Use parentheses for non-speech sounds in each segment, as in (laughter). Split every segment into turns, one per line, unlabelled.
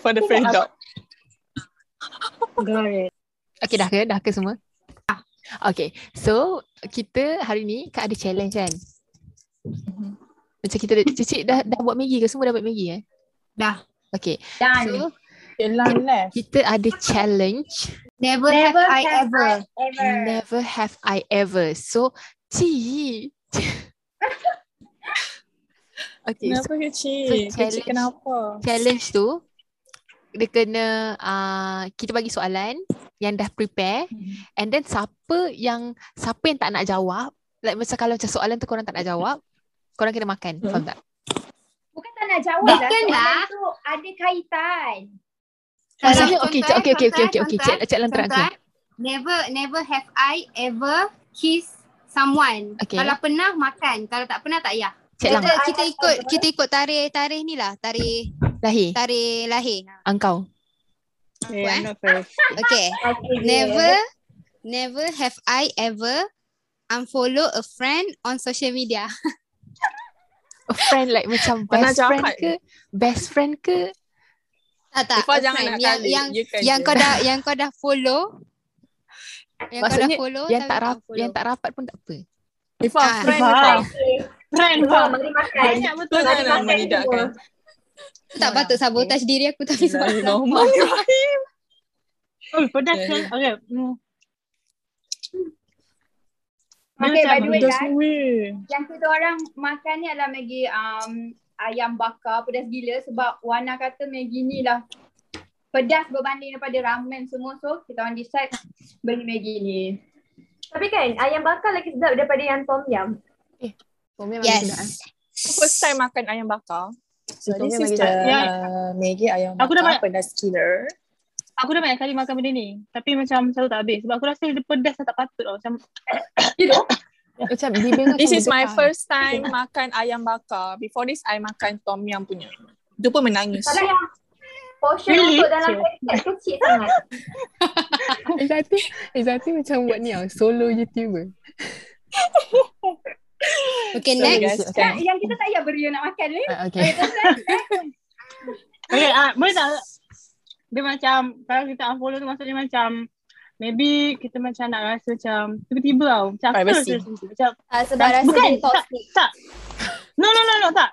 for the first dog.
Got it.
Okay dah ke? Dah ke semua? Ah. Okay. So kita hari ni Kak ada challenge kan?
Mm-hmm.
Macam kita ada- Cicik dah, dah buat Maggi ke? Semua dah buat Maggi eh?
Dah.
Okay.
Done.
So
Yelah left.
kita ada challenge
never,
Never
have I
have
ever.
I ever.
Never have I ever. So E. Ci. (laughs) okay. So
Kenapa ke Cik?
so challenge-
Cik kenapa?
challenge tu dia kena uh, kita bagi soalan yang dah prepare and then siapa yang siapa yang tak nak jawab like macam kalau macam soalan tu korang tak nak jawab korang kena makan faham tak
Bukan tak nak jawab lah.
Bukan lah.
Soalan tu ada kaitan.
Maksudnya okay,
Contoh,
okay, okay, okay, okay, okay,
contoh,
cek, cek lantaran
contoh, eh. Never never have I ever kiss someone.
Okay.
Kalau pernah makan, kalau tak pernah tak payah.
Cek lang,
Kita, kita ikut kita ikut tarikh tarikh ni lah tarikh
lahir,
tarikh lahir.
engkau.
Okay,
eh?
I'm not first.
Okay. Never never have I ever unfollow a friend on social media.
A friend like macam
Tak nak
best friend
jawab.
ke? Best friend ke?
Tak tak.
Ifah
a
jangan
friend
nak
yang
kali.
yang
kan You can
yang
je. (laughs)
kau dah yang kau dah follow yang kau
Maksudnya,
dah follow
yang
tapi
Oh, tak rap,
kau follow.
yang tak rapat pun tak apa.
Ifah,
Ah,
friend
Ifah.
Ifah.
Friend
Fah.
Mari makan.
Banyak betul
Mari
lah nak
makan
menidakkan.
Aku tak patut sabotage diri aku (laughs) tapi sebab
(laughs)
(laughs)
Bismillahirrahmanirrahim.
Oh, pedas
kan?
Okay. Hmm.
Okay, by the way
Pedas
guys,
weh.
yang kita orang makan ni adalah Maggi um, ayam bakar pedas gila sebab Wana kata Maggi ni lah pedas berbanding daripada ramen semua so kita orang decide beli Maggi ni.
Tapi kan ayam bakar lagi sedap daripada yang tom yum.
Oh,
yes.
First time makan ayam bakar.
So dia
This is
bagi
the-
uh, Maggie ayam
Aku dah
bakar pedas killer.
Aku dah banyak kali makan benda ni. Tapi macam selalu tak habis. Sebab aku rasa dia pedas tak patut tau. Macam
Macam bibir
This is my first time makan ayam bakar. Before this, I makan tom yum punya. Dia pun menangis.
Kalau yang portion
Really?
untuk dalam paket kecil sangat.
Izati, Izati macam buat ni tau, solo YouTuber.
Okay
Sorry,
next.
guys. Kan?
Yang, yang kita tak payah beri nak makan ni.
Ah, okay.
Okay, uh, boleh tak? Dia macam, kalau kita unfollow tu maksudnya macam Maybe kita macam nak rasa macam tiba-tiba tau. Macam aku
Privacy.
rasa macam- macam
Ah, sebab rasa
Bukan,
dia toxic.
No, no, no, no, tak.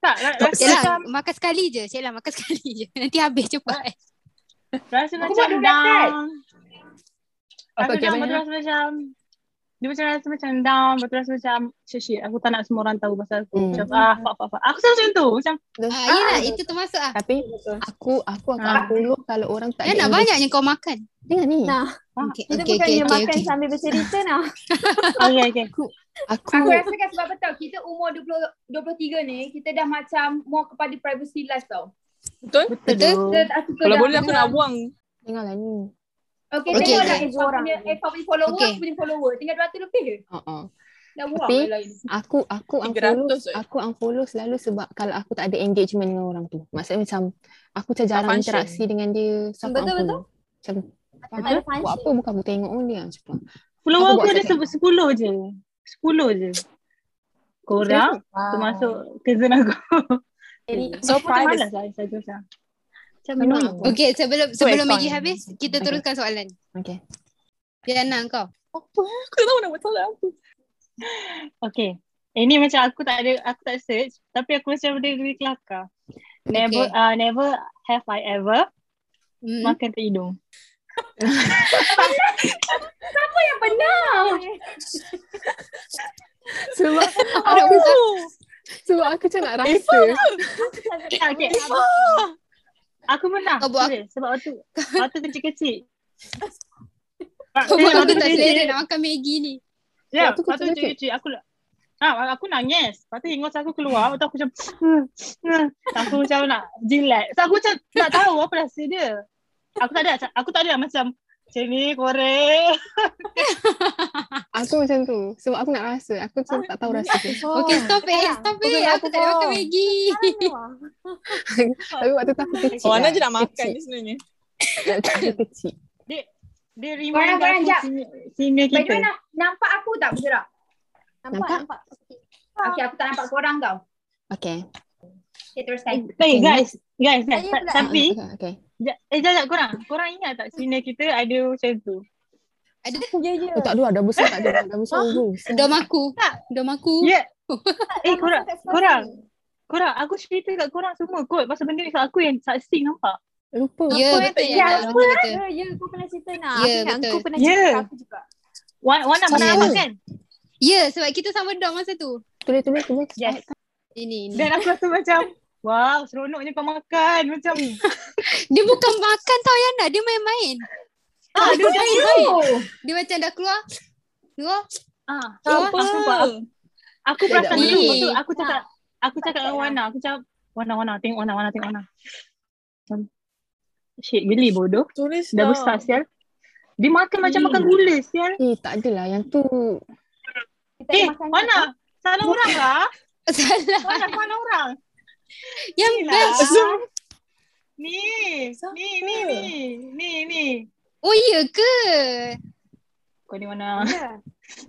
Tak,
(laughs)
ra- rasa
Cik
lah.
macam
Lang, makan sekali je. Cik Lang, makan (laughs) sekali je. Nanti habis cepat.
Rasa
Aku
macam
buat dua
down.
Apa,
Rasa
okay,
down,
banyak.
lepas tu rasa macam dia macam rasa macam down, lepas tu rasa macam shit, shit, aku tak nak semua orang tahu pasal aku.
Hmm.
Macam ah, fuck, fuck, fuck. Aku selalu macam tu. Macam
Ah, yelah, itu termasuk ah.
Tapi aku aku akan
Ah.
follow kalau orang tak
Dah nak
ada
banyak yang kau makan.
Dengar ni.
Nah.
Ah,
Okay,
Kita
okay, okay,
bukannya
okay,
makan
okay.
sambil bercerita (laughs) lah.
okay, okay.
Aku
Aku rasakan sebab betul kita umur 20, 23 ni kita dah macam more kepada privacy life tau.
Betul?
Betul?
Kita tak suka
Kalau
dah
boleh aku
macam-
nak buang.
dengar lah ni.
Okay,
Okay,
tengok dah
okay.
Eva punya, Eva punya follower,
Okay.
aku punya follower. Tinggal 200 lebih je.
Uh-uh.
Dah buang
Tapi-
yang lain.
Aku aku unfollow
300 je.
aku unfollow selalu sebab kalau aku tak ada engagement dengan orang tu. Maksudnya macam aku macam jarang
function.
interaksi dengan dia. So aku
Betul,
unfollow. Macam
Tak ada
buat apa
function.
bukan aku tengok pun dia cepat.
Follower
Aku
aku
buat
ada
second.
se- 10 je. 10 je. Korang termasuk cousin aku.
So
Aku tak
private.
malas lah Instagram sekarang. Macam
Annoying.
memang aku.
Okay, sebelum sebelum
fine.
Maggie habis, kita
Okay.
teruskan soalan.
(laughs)
Okay.
Diana, kau.
Aku tak tahu nak buat salah apa.
Okay. Eh ni macam aku tak ada aku tak search tapi aku rasa benda ni kelakar. Never
Okay.
uh, never have I ever
Hmm.
makan tak hidung.
Sebab (laughs) aku sebab aku macam nak rasa.
lah.
Eh,
Okay. Aku pernah.
Kau buat-
serius. sebab waktu
(laughs)
waktu kecil-kecil.
(laughs)
Eh,
Kau buat aku tak selera
kecil-kecil.
nak makan Maggi ni.
Ya,
Waktu
waktu
kecil-kecil.
kecil-kecil aku Ah, aku nangis. Lepas tu ingus aku keluar. Lepas tu aku macam (laughs) "Hmm, hmm." aku macam nak jilat. So aku macam tak tahu apa rasa dia. Aku tak ada aku tak ada macam macam ni korek.
Aku macam tu. Sebab aku nak rasa. Aku macam tak tahu rasa
(laughs)
dia.
Okay, stop eh. Stop eh. Aku tak nak makan Maggi.
Tapi waktu tu aku kecil.
Orang
lah.
Oh, je nak makan
Kecil. (laughs)
ni sebenarnya.
Waktu tu Aku kecil.
Dia remind
Korang- korang
aku
jap.
senior, senior
By the way,
kita.
nak- nampak aku tak bergerak?
Nampak?
Okay, aku tak nampak korang tau.
Okay.
Okay,
Eh,
teruskan.
Hey guys, guys, guys.
Saya pula.
Tapi,
Okay, okay.
ja- eh jajak korang. Korang ingat tak senior kita ada macam tu?
Ya, ya.
Eh, tak ada, ada besar tak
(laughs)
ada. Ada besar. ada besar.
Dom aku. Dom aku.
Ya. Eh korang, korang. Korang, aku cerita kat korang semua kot. Pasal benda ni kat aku yang saksi nampak.
Lupa.
Ya, betul.
yang
Ya,
tak
lama kita.
Ya, ya, kau pernah cerita nak.
Ya,
aku ingat
betul.
kau pernah
Ya.
cerita kat aku juga.
Wan, Wan nak
Ya.
menang kan?
Ya, sebab kita sama Dom masa tu.
Tulis, tulis, tulis.
Yes.
Ini, ini.
Dan aku rasa macam, wow, seronoknya kau makan. Macam,
Dia bukan makan tau Yana. Dia main-main.
ah, dia macam,
Dia macam dah keluar. Keluar.
ah,
Apa?
aku nampak. Aku perasan
tak
dulu.
boleh.
Lepas tu aku cakap, aku cakap dengan Wana. Aku cakap, Wana, Wana, lah. tengok Wana, Wana, tengok Wana. Macam, Shit, geli bodoh.
Tulis
Dah
lah.
besar, sial. Dia makan macam makan gula, sial.
Eh, tak adalah. Yang tu.
Kita
Eh,
makan
Wana, salah orang lah.
Salah.
Wana, salah lah orang.
Yang
Ni lah.
best.
Ni, ni, ni, ni, ni, ni.
Oh, iya ke?
Kau ni Wana.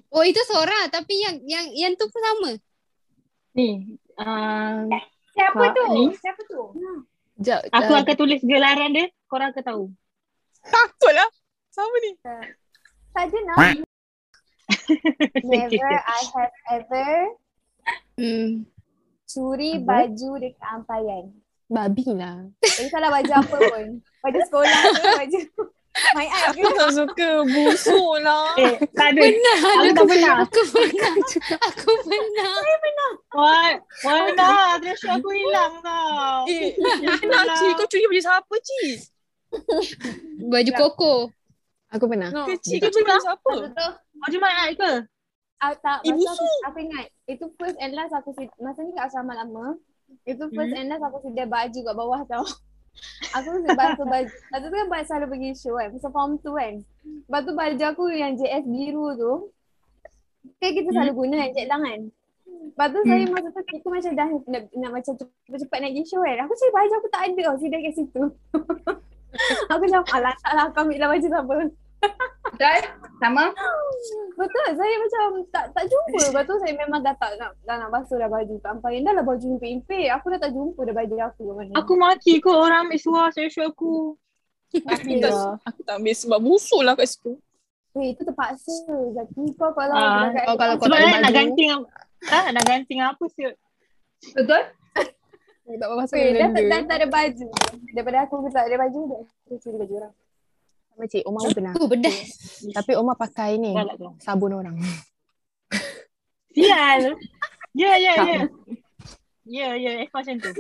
Oh, itu seorang. Tapi yang yang yang tu pun sama.
Ni, ah,
Siapa
Kak
tu?
ni.
Siapa tu?
Sekejap.
Aku
dah-
akan tulis gelaran dia. Korang akan tahu.
Takut lah. Sama ni.
Saja nak.
Never.
Never I have ever
Hmm.
curi baju dekat ampaian.
Babi lah.
Eh, salah baju apa pun. Baju sekolah ke, baju (laughs) my eye ke.
Aku tak suka busuk lah.
Eh, tak ada.
Pernah.
Aku tak pernah.
Aku pernah. Aku pernah.
Wah, warna dress aku hilang tau.
Eh,
Itulah.
nak Ci, kau curi baju siapa Ci?
Baju koko.
Aku pernah.
No. Kecil kau curi baju siapa?
Betul.
Baju mayat ke?
Ah, tak,
Eh,
masa aku, aku ingat. Itu first and last aku sid- masa ni kat asrama lama. Itu
Hmm.
first and last aku sidai baju kat bawah tau. Aku sidai basuh baju. Lepas tu kan buat selalu pergi show kan. Masa form tu kan. Lepas tu baju aku yang JS biru tu. Kan kita selalu guna kan jet tangan. Lepas tu saya masa tu kita macam dah nak, nak macam cepat-cepat nak pergi show kan. Aku cari baju aku tak ada tau. Sidai kat situ. (laughs) aku macam alah tak lah aku ambil lah baju siapa.
Betul? Sama?
Betul, saya macam tak tak jumpa. Lepas tu saya memang dah tak nak dah nak basuh dah baju kat ampayan. Dah lah baju impik-impik. Aku dah tak jumpa dah baju aku kat mana.
Aku mati kot orang ambil suar saya show aku.
Aku tak,
Ya.
aku tak ambil sebab busuk lah kat situ.
Weh, itu terpaksa. Zaki kau kalau
Ah,
lah,
berangkat-
kau kalau kau
Sebab
tak ada
kan nak
baju.
ganting ah, nak ganting apa sih?
Betul?
Tak apa pasal
Weh, dah, tak- dah
benda.
tak ada baju. Daripada aku tak ada baju, dah aku curi baju orang.
Sama cik, Omar pun pernah.
Oh, bedah.
(laughs) Tapi Omar pakai ni.
Galak lah, kau.
Sabun orang.
Sial. Ya, ya, ya. Ya, ya, eh, macam tu.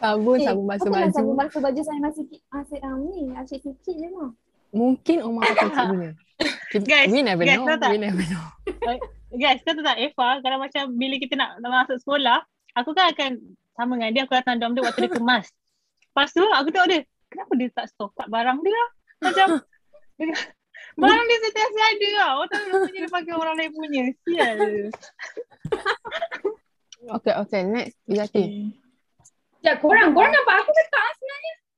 Sabun,
Eh,
sabun basuh
Aku dah sanggup
baju.
basuh baju saya masih ki- masih um, ni, asyik sikit je lah.
Mungkin Omar pakai
(laughs)
cik guna. Kita-
Guys,
we never
guys,
know.
tahu tak?
We never know.
Guys, kau tahu tak Eva, kalau macam bila kita nak, nak masuk sekolah, aku kan akan sama dengan dia, aku datang dom dia waktu dia kemas. Lepas tu aku tengok dia, kenapa dia tak stock up barang dia lah? Macam, (laughs) barang dia sentiasa ada lah. Orang tahu punya dia pakai orang lain punya. Sial.
Okay, okay. Next.
Eh,
Hmm.
Izati.
Hmm.
Sekejap, korang. Korang nampak aku ke tak?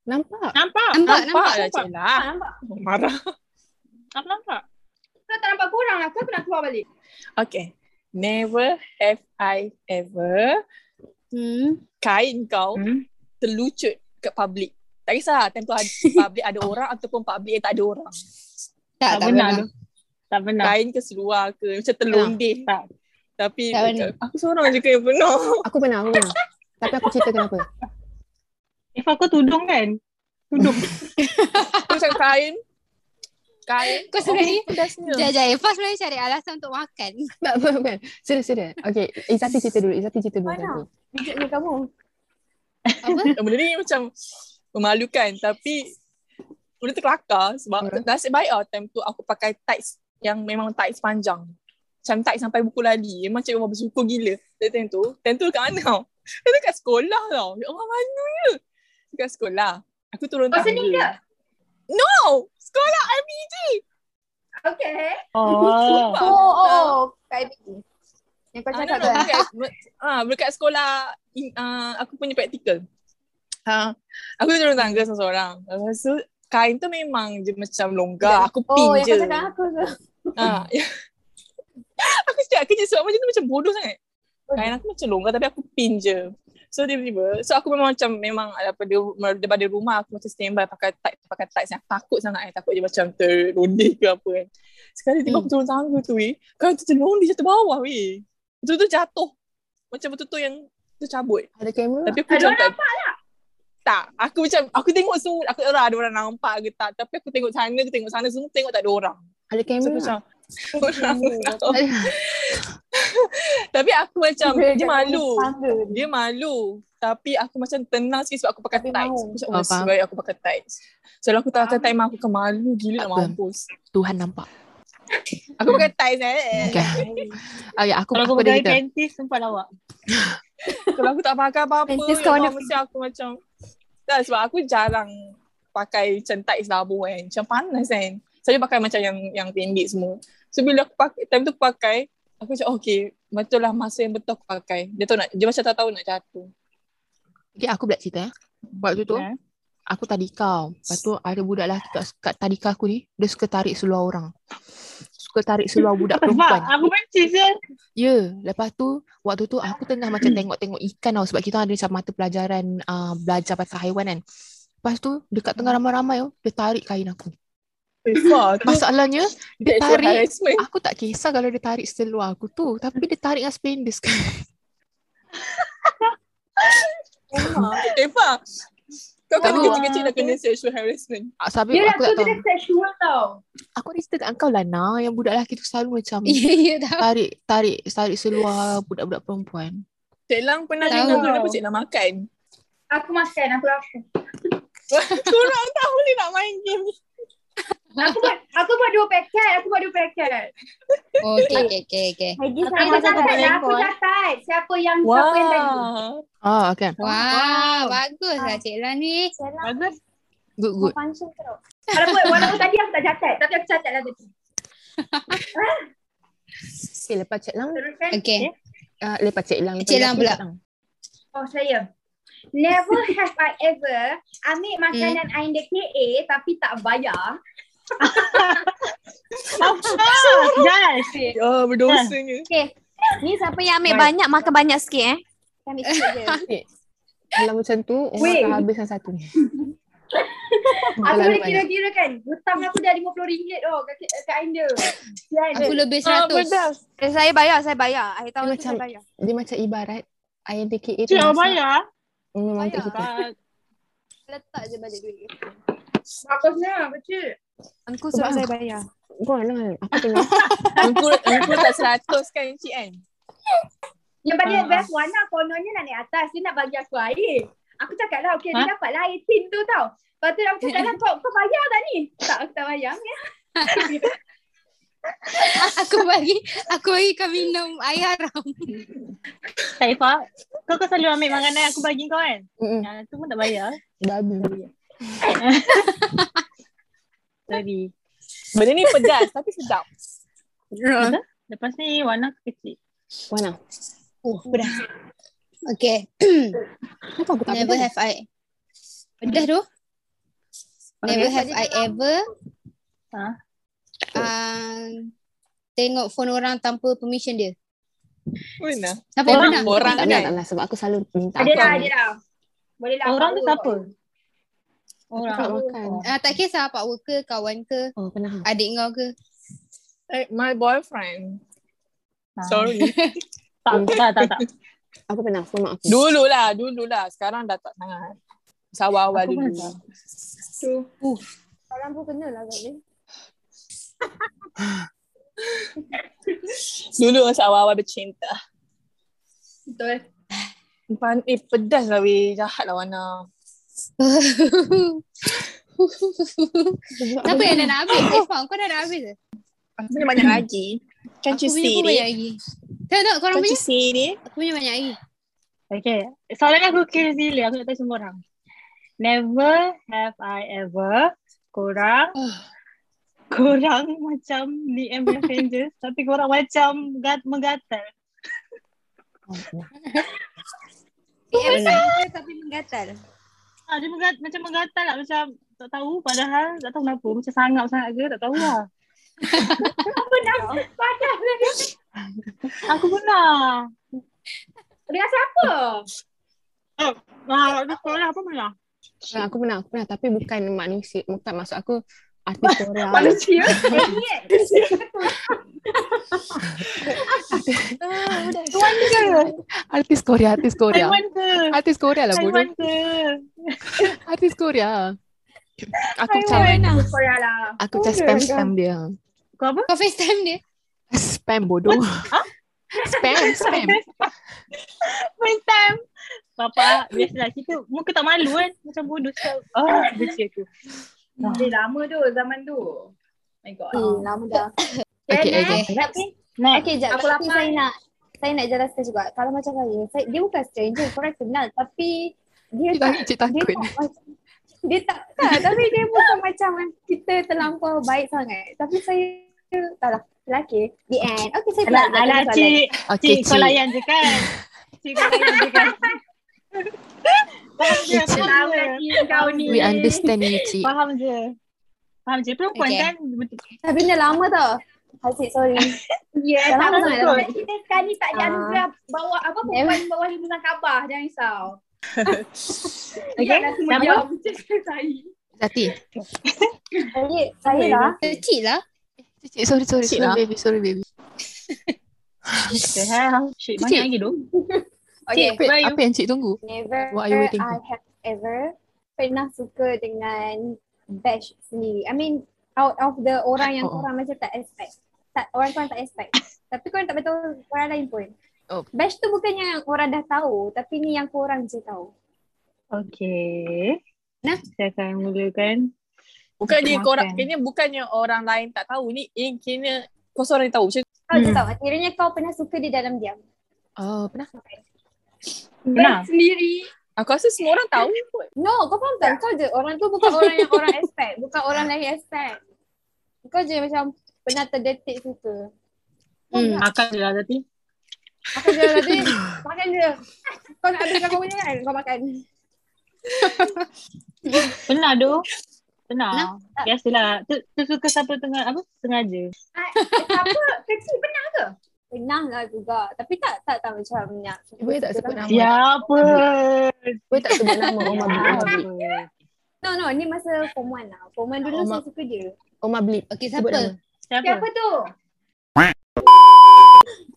Nampak?
Nampak?
Nampak, nampak.
Nampak lah Cik lah.
Ah,
Tak nampak.
Marah.
Apa nampak?
Kau tak nampak korang lah. Kau nak keluar balik.
Okay. Never have I ever
Hmm.
kain kau
Hmm?
terlucut kat public. Tak kisah time (laughs) tu ada- public ada orang ataupun public yang tak ada orang.
Tak, tak
pernah
pernah.
tu. Tak pernah.
Kain ke seluar ke macam terlondeh.
Tak.
Tapi
Tak
macam, aku seorang je yang penuh.
Aku pernah, aku pernah. Tapi aku cerita kenapa.
Eva kau tudung kan? Tudung.
Aku macam kain. Kain.
Kau sebenarnya
Pedasnya.
Jajah Eva sebenarnya cari alasan untuk makan. (laughs)
Tak, bukan, bukan. Serius, serius. Okay, Izati cerita dulu. Izati cerita dulu.
Mana?
Izati.
Bijak ni
Oh,
kamu.
Apa?
Benda ni macam memalukan tapi benda tu kelakar sebab
Ya.
nasib baik lah time tu aku pakai tights yang memang tights panjang. Macam tights sampai buku lali. Memang cikgu memang bersyukur gila. Dari time tu. Time tu kat mana tau? Time tu kat sekolah tau. Ya Allah mana ya? Kat sekolah. Aku turun
Kau sendiri Oh, ke?
No! Sekolah IBG!
Okay.
Oh.
Sumpah.
Oh, oh, oh. Kat IBG. Yang kau
Ah,
cakap
no,
tu.
no,
kan?
dekat, ah, dekat sekolah in- ah, aku punya praktikal. Ha, aku turun tangga seorang-seorang. Lepas tu kain tu memang je macam longgar. Aku pin
Oh, yang
je. ya.
kau cakap aku tu.
(laughs) Ha. aku cakap kerja sebab macam tu macam bodoh sangat. Kain aku macam longgar tapi aku pin je. So tiba-tiba, so aku memang macam memang daripada, daripada rumah aku macam standby pakai tight, pakai tight sangat. Takut sangat eh, takut dia macam terlondek ke apa kan. Sekali tiba aku turun tangga tu weh, kan tu terlondek jatuh bawah weh. Betul-betul jatuh. Macam betul-betul yang tercabut.
Ada kamera.
Tapi aku
Ada
macam
orang
tak, tak. Aku macam, aku tengok semua, aku tak lah ada orang nampak ke tak. Tapi aku tengok sana, aku tengok sana, semua tengok tak ada orang.
Ada
So
kamera.
aku macam, orang tahu. Tapi aku macam,
Dia
dia
jatuh
malu.
tangga ni.
Dia malu. Tapi aku macam tenang sikit sebab aku pakai
Tapi
tights.
mahu.
Aku macam,
Oh,
oh,
faham.
sebaik aku pakai tights. So, kalau aku tak pakai tights, mak aku akan malu gila nak
Apa?
mampus.
Tuhan nampak.
Aku pakai tights eh.
Okay. okay aku,
Kalau
aku
kau
ada
pakai
kita.
panties, sumpah lawak.
Kalau aku tak pakai apa-apa,
Panties
ya
kau
Allah,
ada-
mesti aku macam... Tak, sebab aku jarang pakai macam tights labu kan. Macam panas kan. Saya pakai macam yang yang pendek semua. So, bila aku pakai, time tu aku pakai, aku macam, "Oh, okay, betul lah masa yang betul aku pakai. Dia tahu nak, dia macam tak tahu nak jatuh.
Okay, aku pula cerita eh. Waktu tu,
Eh.
aku tadika. Lepas tu ada budak lelaki kat, kat tadika aku ni, dia suka tarik seluar orang. Suka tarik seluar
(laughs)
budak
Nampak?
perempuan.
Aku benci je.
Ya, lepas tu waktu tu aku tengah macam tengok-tengok ikan tau sebab kita ada macam mata pelajaran uh, belajar pasal haiwan kan. Lepas tu dekat tengah ramai-ramai tu dia tarik kain aku.
Eh, far, tu
Masalahnya dia
sexual
tarik Ah.
harassment.
aku tak kisah kalau dia tarik seluar aku tu tapi dia tarik dengan
(laughs)
spender sekali.
Eh, Fah. Kau
Oh.
kalau kecil-kecil dah kena sexual harassment.
Ah, Sampai
Yelah,
aku tak
tu
tahu.
dia sexual tau.
Aku ada cerita kat kau lah Nah yang budak lelaki tu selalu macam
Ya, ya tahu.
tarik tarik tarik seluar budak-budak perempuan.
Cik Lang pernah
Tahu.
dengar kenapa Cik Lang makan?
Aku makan, aku rasa.
Korang tahu ni nak main game.
Aku buat, aku buat dua paket, aku buat dua paket.
(laughs) Oh, okay, okay, okay, okay.
Lagi
Aku
Aku
sama
Masa
macam
catat,
tadi
lah, aku
telefon.
catat. Siapa yang, siapa yang tadi.
Wah.
Ah, okay.
Wah, bagus lah Cik Lan ni.
Selang
Bagus.
Good good.
function teruk.
Walaupun, walaupun tadi aku tak catat, tapi aku catat lah tadi.
Okay, lepas Cik Lang.
Terus kan?
Okay.
Uh, lepas Cik Lang. lepas
Cik Lang
Yati,
pula.
Oh, saya. Never have I ever ambil makanan hmm. I in the KA tapi tak bayar.
Ah, Guys.
Ya, berdosanya.
Ni siapa yang ambil banyak makan banyak sikit eh? Kita ambil sikit
(laughs)
je.
Kalau macam tu, orang
Wait.
akan habis yang satu ni.
Aku
Kalau
boleh
banyak.
kira-kira kan. Hutang aku dah RM50 oh kat, kat Ainda. Sian.
Aku lebih
Ah,
100.
pedas.
Eh, saya bayar, saya bayar. Akhir tahun
Dia
tu saya
macam-
bayar.
Dia macam ibarat ayam TKA tu
Cik, awak
masak
bayar? Ah,
memang untuk kita.
Bayar. Letak je balik duit.
Bagusnya, betul.
Angku suruh saya bayar.
Kau kan? Aku tengok.
Engkau, engkau tak seratus kan Cik kan?
Yang pada
Ah.
uh. best one lah, kononnya nak naik atas. Dia nak bagi aku air. Aku cakap lah, okay,
Ha?
dia dapat lah 18 tu tau. Lepas tu aku cakap lah, kau, kau bayar tak ni? Tak, aku tak bayar. Ya.
(laughs) Aku bagi, aku bagi kau minum air haram.
Tak Ifah. Kau kau selalu ambil makanan aku bagi kau kan?
Mm-mm.
Yang tu pun tak bayar.
Babi.
(laughs) Sorry.
Benda ni pedas tapi sedap.
Lepas ni warna kecil.
Mana?
Oh, pedas. Okay.
Kenapa aku tak
Never
pedas?
have I. Pedas tu? Never have I ever
Ha?
uh, tengok phone orang tanpa permission dia.
Benar.
Siapa
Orang-
pernah?
Orang
Tak pernah, tak
kan?
pernah. Sebab aku selalu minta.
Ada
Aku
lah,
tak-
ada lah. Boleh lah.
Orang tu
power.
siapa?
Aku tak
oh,
Orang.
makan.
Ah, tak kisah pak worker, kawan ke,
Oh, pernah.
adik kau (laughs) ke.
Eh, my boyfriend.
Ah.
Ha. (laughs) Sorry.
Tak, tak, tak,
(laughs)
tak.
Aku pernah phone mak aku.
Dulu lah, dulu lah. Sekarang dah tak sangat. Masa awal-awal
Aku pun
dulu.
tak.
Orang pun kena lah kat dia.
Dulu masa awal-awal bercinta.
Betul.
Pan- Eh, pedas lah weh. Jahat lah Wana.
Kenapa yang dah nak habis? Eh, Fang, kau dah nak habis ke?
Aku punya banyak lagi. Can't
Aku
you
punya
see
pun banyak
it?
lagi. Tak, tak, korang
Can't
punya?
you see it?
Aku punya banyak lagi.
Okay. Soalan aku kira gila. Aku nak tanya semua orang. Never have I ever
(sighs)
korang korang macam DM messenger tapi korang macam gat, menggatal.
Oh,
Eh,
PM saya tapi menggatal.
Ah, dia menggat, macam menggatal lah. Macam tak tahu padahal tak tahu kenapa. Macam sangap-sangap ke tak tahu lah.
Padahal
lah. Aku pernah.
Dengan siapa?
Ah, dia sekolah apa mana?
Ah, aku pernah, aku pernah. Tapi bukan manusia. Bukan maksud aku artis
Ah,
korang.
Manusia? Idiot.
Tuan ke?
(laughs) Artis Korea, artis Korea.
Taiwan ke?
Artis Korea lah bodoh.
Taiwan ke?
Artis Korea. Aku macam
Korea lah.
aku macam spam
kan.
spam dia.
Kau apa?
Kau FaceTime dia.
Spam bodoh. Spam spam.
First time. Bapa, biasalah kita muka tak malu kan. Macam bodoh sekali. Ah, benci aku.
Dia lama tu zaman tu. My god.
Hmm, lama dah.
Oh. Okay,
Then
okay.
Tapi,
Next.
okay, jap.
Aku
Aku tapi
lapar
saya
ni.
nak saya nak jelaskan juga. Kalau macam saya, saya dia bukan stranger, korang kenal. Tapi, dia
Cik
tak,
tak- Cik
dia
takut.
tak macam, dia tak, tak, tapi dia bukan macam kita terlampau baik sangat. Tapi saya, tak lah, lelaki. The end. Okay, saya
Alah,
pula-
alah
soalan.
cik.
Okay,
Cik,
cik.
kau layan je kan? Cik, kau layan je kan? Faham je,
Cik.
faham
Tahu
je.
lagi kau ni.
We understand you, cik.
Faham je. Faham je. Perempuan
Okay.
kan? Betul.
Tapi dia lama tau. Hasib, (laughs) sorry.
Ya, tak
Dah lama
apa.
sangat dah.
Kita sekarang ni tak ada
Ah.
anugerah bawa apa perempuan bawah lima tahun khabar. Jangan
(laughs)
risau.
Okay,
Biarlah semua
siapa?
diam. Cakap saya.
Zati.
Saya, saya lah.
Kecil lah.
Cik, sorry, sorry,
Cik
sorry,
lah.
baby, sorry, baby.
Okay, ha. Cik, banyak lagi tu.
Okay.
Wait,
why you-
apa yang cik tunggu?
Never
What are you waiting
I have ever pernah suka dengan batch sendiri. I mean out of the orang yang
Oh, oh.
korang macam tak expect. Tak, orang korang tak
(laughs)
expect. tapi korang tak betul orang lain pun.
Oh.
Batch tu bukan yang orang dah tahu tapi ni yang korang je tahu.
Okay.
Nah.
Saya akan mulakan.
Bukannya
Makan.
korang, kena bukannya orang lain tak tahu ni, eh, kena kau seorang yang tahu macam tu. kan?
Kau je
Hmm.
tahu. Akhirnya kau pernah suka dia dalam diam.
Oh, pernah.
Nah.
Best sendiri.
Aku rasa semua orang tahu kot.
No, kau faham tak? Kau je orang tu bukan orang yang orang expect. Bukan orang lain expect. Kau je macam pernah terdetik suka.
Hmm.
Makan je lah tadi.
Makan je nanti. Makan je. Kau nak habiskan kau punya kan? Kau makan.
Pernah tu. Pernah. Biasalah. Tu, tu suka siapa tengah apa? Sengaja.
Apa? Kecil benar.
Pernah lah juga. Tapi tak tak tak macam nak.
Boleh tak sebut nama?
Siapa?
Boleh tak sebut nama
Oh,
Omar Blip? Omar Blip.
Siapa?
No no ni masa form 1 lah. Form 1 dulu
Oh,
saya
mak-
suka dia.
Omar Blip.
Okay,
Sebut nama.
siapa?
Siapa?
Siapa tu?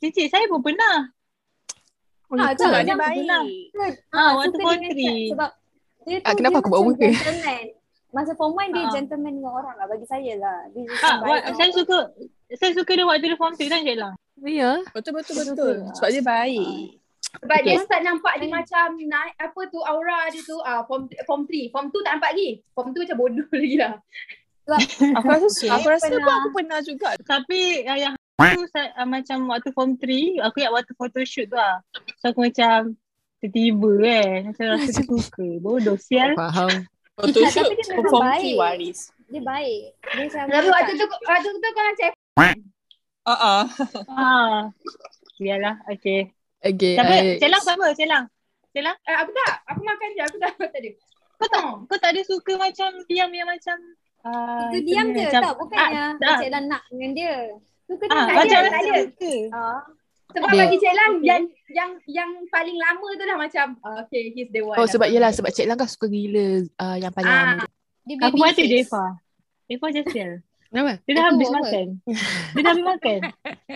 Cici, saya pun pernah.
Ah, tu lah.
Sebab dia
Dia
baik.
Ah,
Ah,
waktu
suka
form
dengan
three.
Kat sebab dia tu
Ah, kenapa
dia
aku buat
macam
muka?
Gentleman. Masa form 1 dia
Ah.
gentleman dengan orang lah bagi saya lah. Dia macam
Ah,
baik
wa-
tau.
saya suka saya suka dia waktu dia form 3 kan Cik Lang.
Ya.
Betul, betul, betul. Sebab dia baik.
Sebab dia start nampak dia macam naik apa tu aura dia tu ah form form 3. Form 2 tak nampak lagi. Form 2 macam bodoh (laughs) lagi lah.
Aku rasa aku rasa pun
pernah.
aku pernah juga.
Tapi uh, yang tu saya, uh, macam waktu form 3, aku ingat waktu photoshoot tu lah. So aku macam tiba-tiba kan. Macam rasa suka. Bodoh sial.
Faham.
Betul
Tak,
shoot
tapi dia memang
perform
baik.
key waris.
Dia baik. Dia macam ah,
Tapi waktu tu waktu tu kau orang cek
Ah ah.
Ha. Biarlah. Okay.
Okay.
Tapi
I-
Cik Lang sama Cik Lang. Cik Lang,
eh, aku tak. Aku makan je. Aku tak (laughs) tadi.
kau tak, kau tak ada suka macam diam yang macam ah,
Itu diam je
macam-
tau. Bukannya
ah, ah.
Encik Lan nak dengan dia. Suka dia
Ah,
tak
macam
ada.
tak
rasa
ada.
suka.
Ah.
Sebab
Dia-
bagi Cik Lang yang yang yang paling lama tu dah macam ah, okay he's the one.
Oh sebab yelah sebab Cik Lang kan suka gila uh, yang paling
Ah.
lama.
Dia
Aku
baby
mati
face.
je Eva. Eva je sial.
Kenapa?
Dia dah
Aku
habis
apa?
makan. Dia dah habis makan.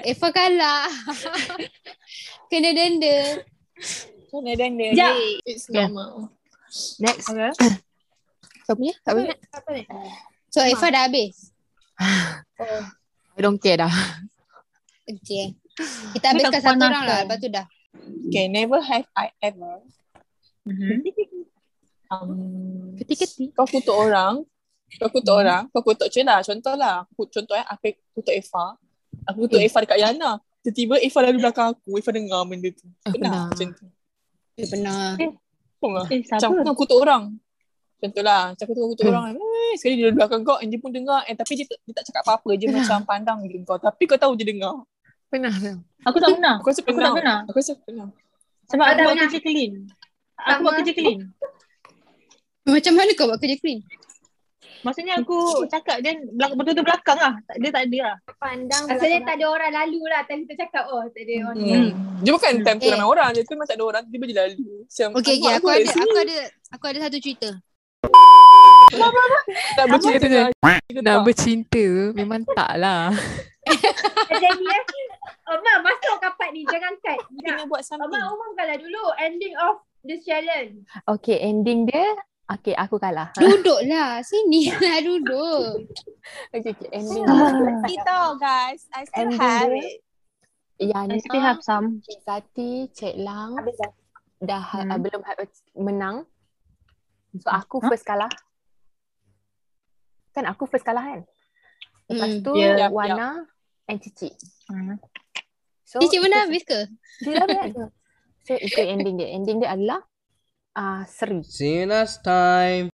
Eva Eh, kalah. Kena denda.
Kena denda.
Sekejap.
It's
Yeah.
normal.
Next.
Okay.
Kau punya? Tak punya?
So Eva dah habis.
I don't care dah.
Okay. Kita habiskan
dah
satu orang
panasan.
lah. Lepas tu dah.
Okay, never have I ever um,
Keti-keti. Hmm.
kau kutuk orang, kau kutuk orang, kau kutuk je lah. Contohlah, aku- contoh eh, aku kutuk Eva. Aku kutuk Eva dekat Yana. Tiba-tiba Eva lalu belakang aku, Eva dengar benda tu.
Ah,
Pernah
pernah.
macam tu. lah.
Dia pernah.
Faham tak?
Eh, siapa?
Macam aku tengah kutuk orang. Contohlah, macam aku tengah kutuk
Hmm.
orang. Eh, sekali dia belakang kau, and dia pun dengar. And, tapi dia, tak- dia tak cakap apa-apa. Dia macam
(laughs)
pandang je kau. Tapi kau tahu dia dengar.
Pernah.
Aku tak pernah.
Aku rasa
Aku tak
pernah.
pernah.
Aku rasa pernah.
Sebab
Kau
aku
tak
buat
pernah?
kerja clean. Aku buat
Sama.
kerja clean.
Macam mana kau buat kerja clean?
Maksudnya aku cakap dia belak- betul-betul belakang lah. Tak- Dia tak ada lah.
Pandang
Asalnya tak ada orang lalu lah Time kita cakap Oh tak ada orang
Hmm. Dia bukan time tu
Eh.
ramai orang. Dia tu memang tak ada orang. Tiba-tiba je lalu. Macam,
Okay, okay.
"Alamak,
Aku
ni
ada,
sini
aku ada, aku ada satu cerita.
(laughs) Tak bercerita
(laughs)
Apa tu?
dengan aku ke
Nak
tak?
bercinta memang tak lah.
Jadi eh Omar masuk kapat ni Jangan
(laughs)
cut
Kena
Sekejap.
buat something.
Omar umumkanlah dulu Ending of this challenge
Okay, ending dia. Okay, aku kalah.
Duduklah sini lah duduk.
Okay, okay ending.
Kita guys, I still
MD
have
Ah. dia. Ya,
it.
Yana,
I still have some.
Zati, Cik Lang
Habis dah.
dah
Hmm.
hmm. uh, belum ha- menang. So aku first kalah. Kan aku first kalah kan? Lepas
Hmm.
tu
Ya,
ya.
Wana and Cici.
Hmm.
So,
Cik mana habis ke?
Dia dah habis.
(laughs) ah,
So itu ending dia. Ending dia adalah uh, seri.
See you next time.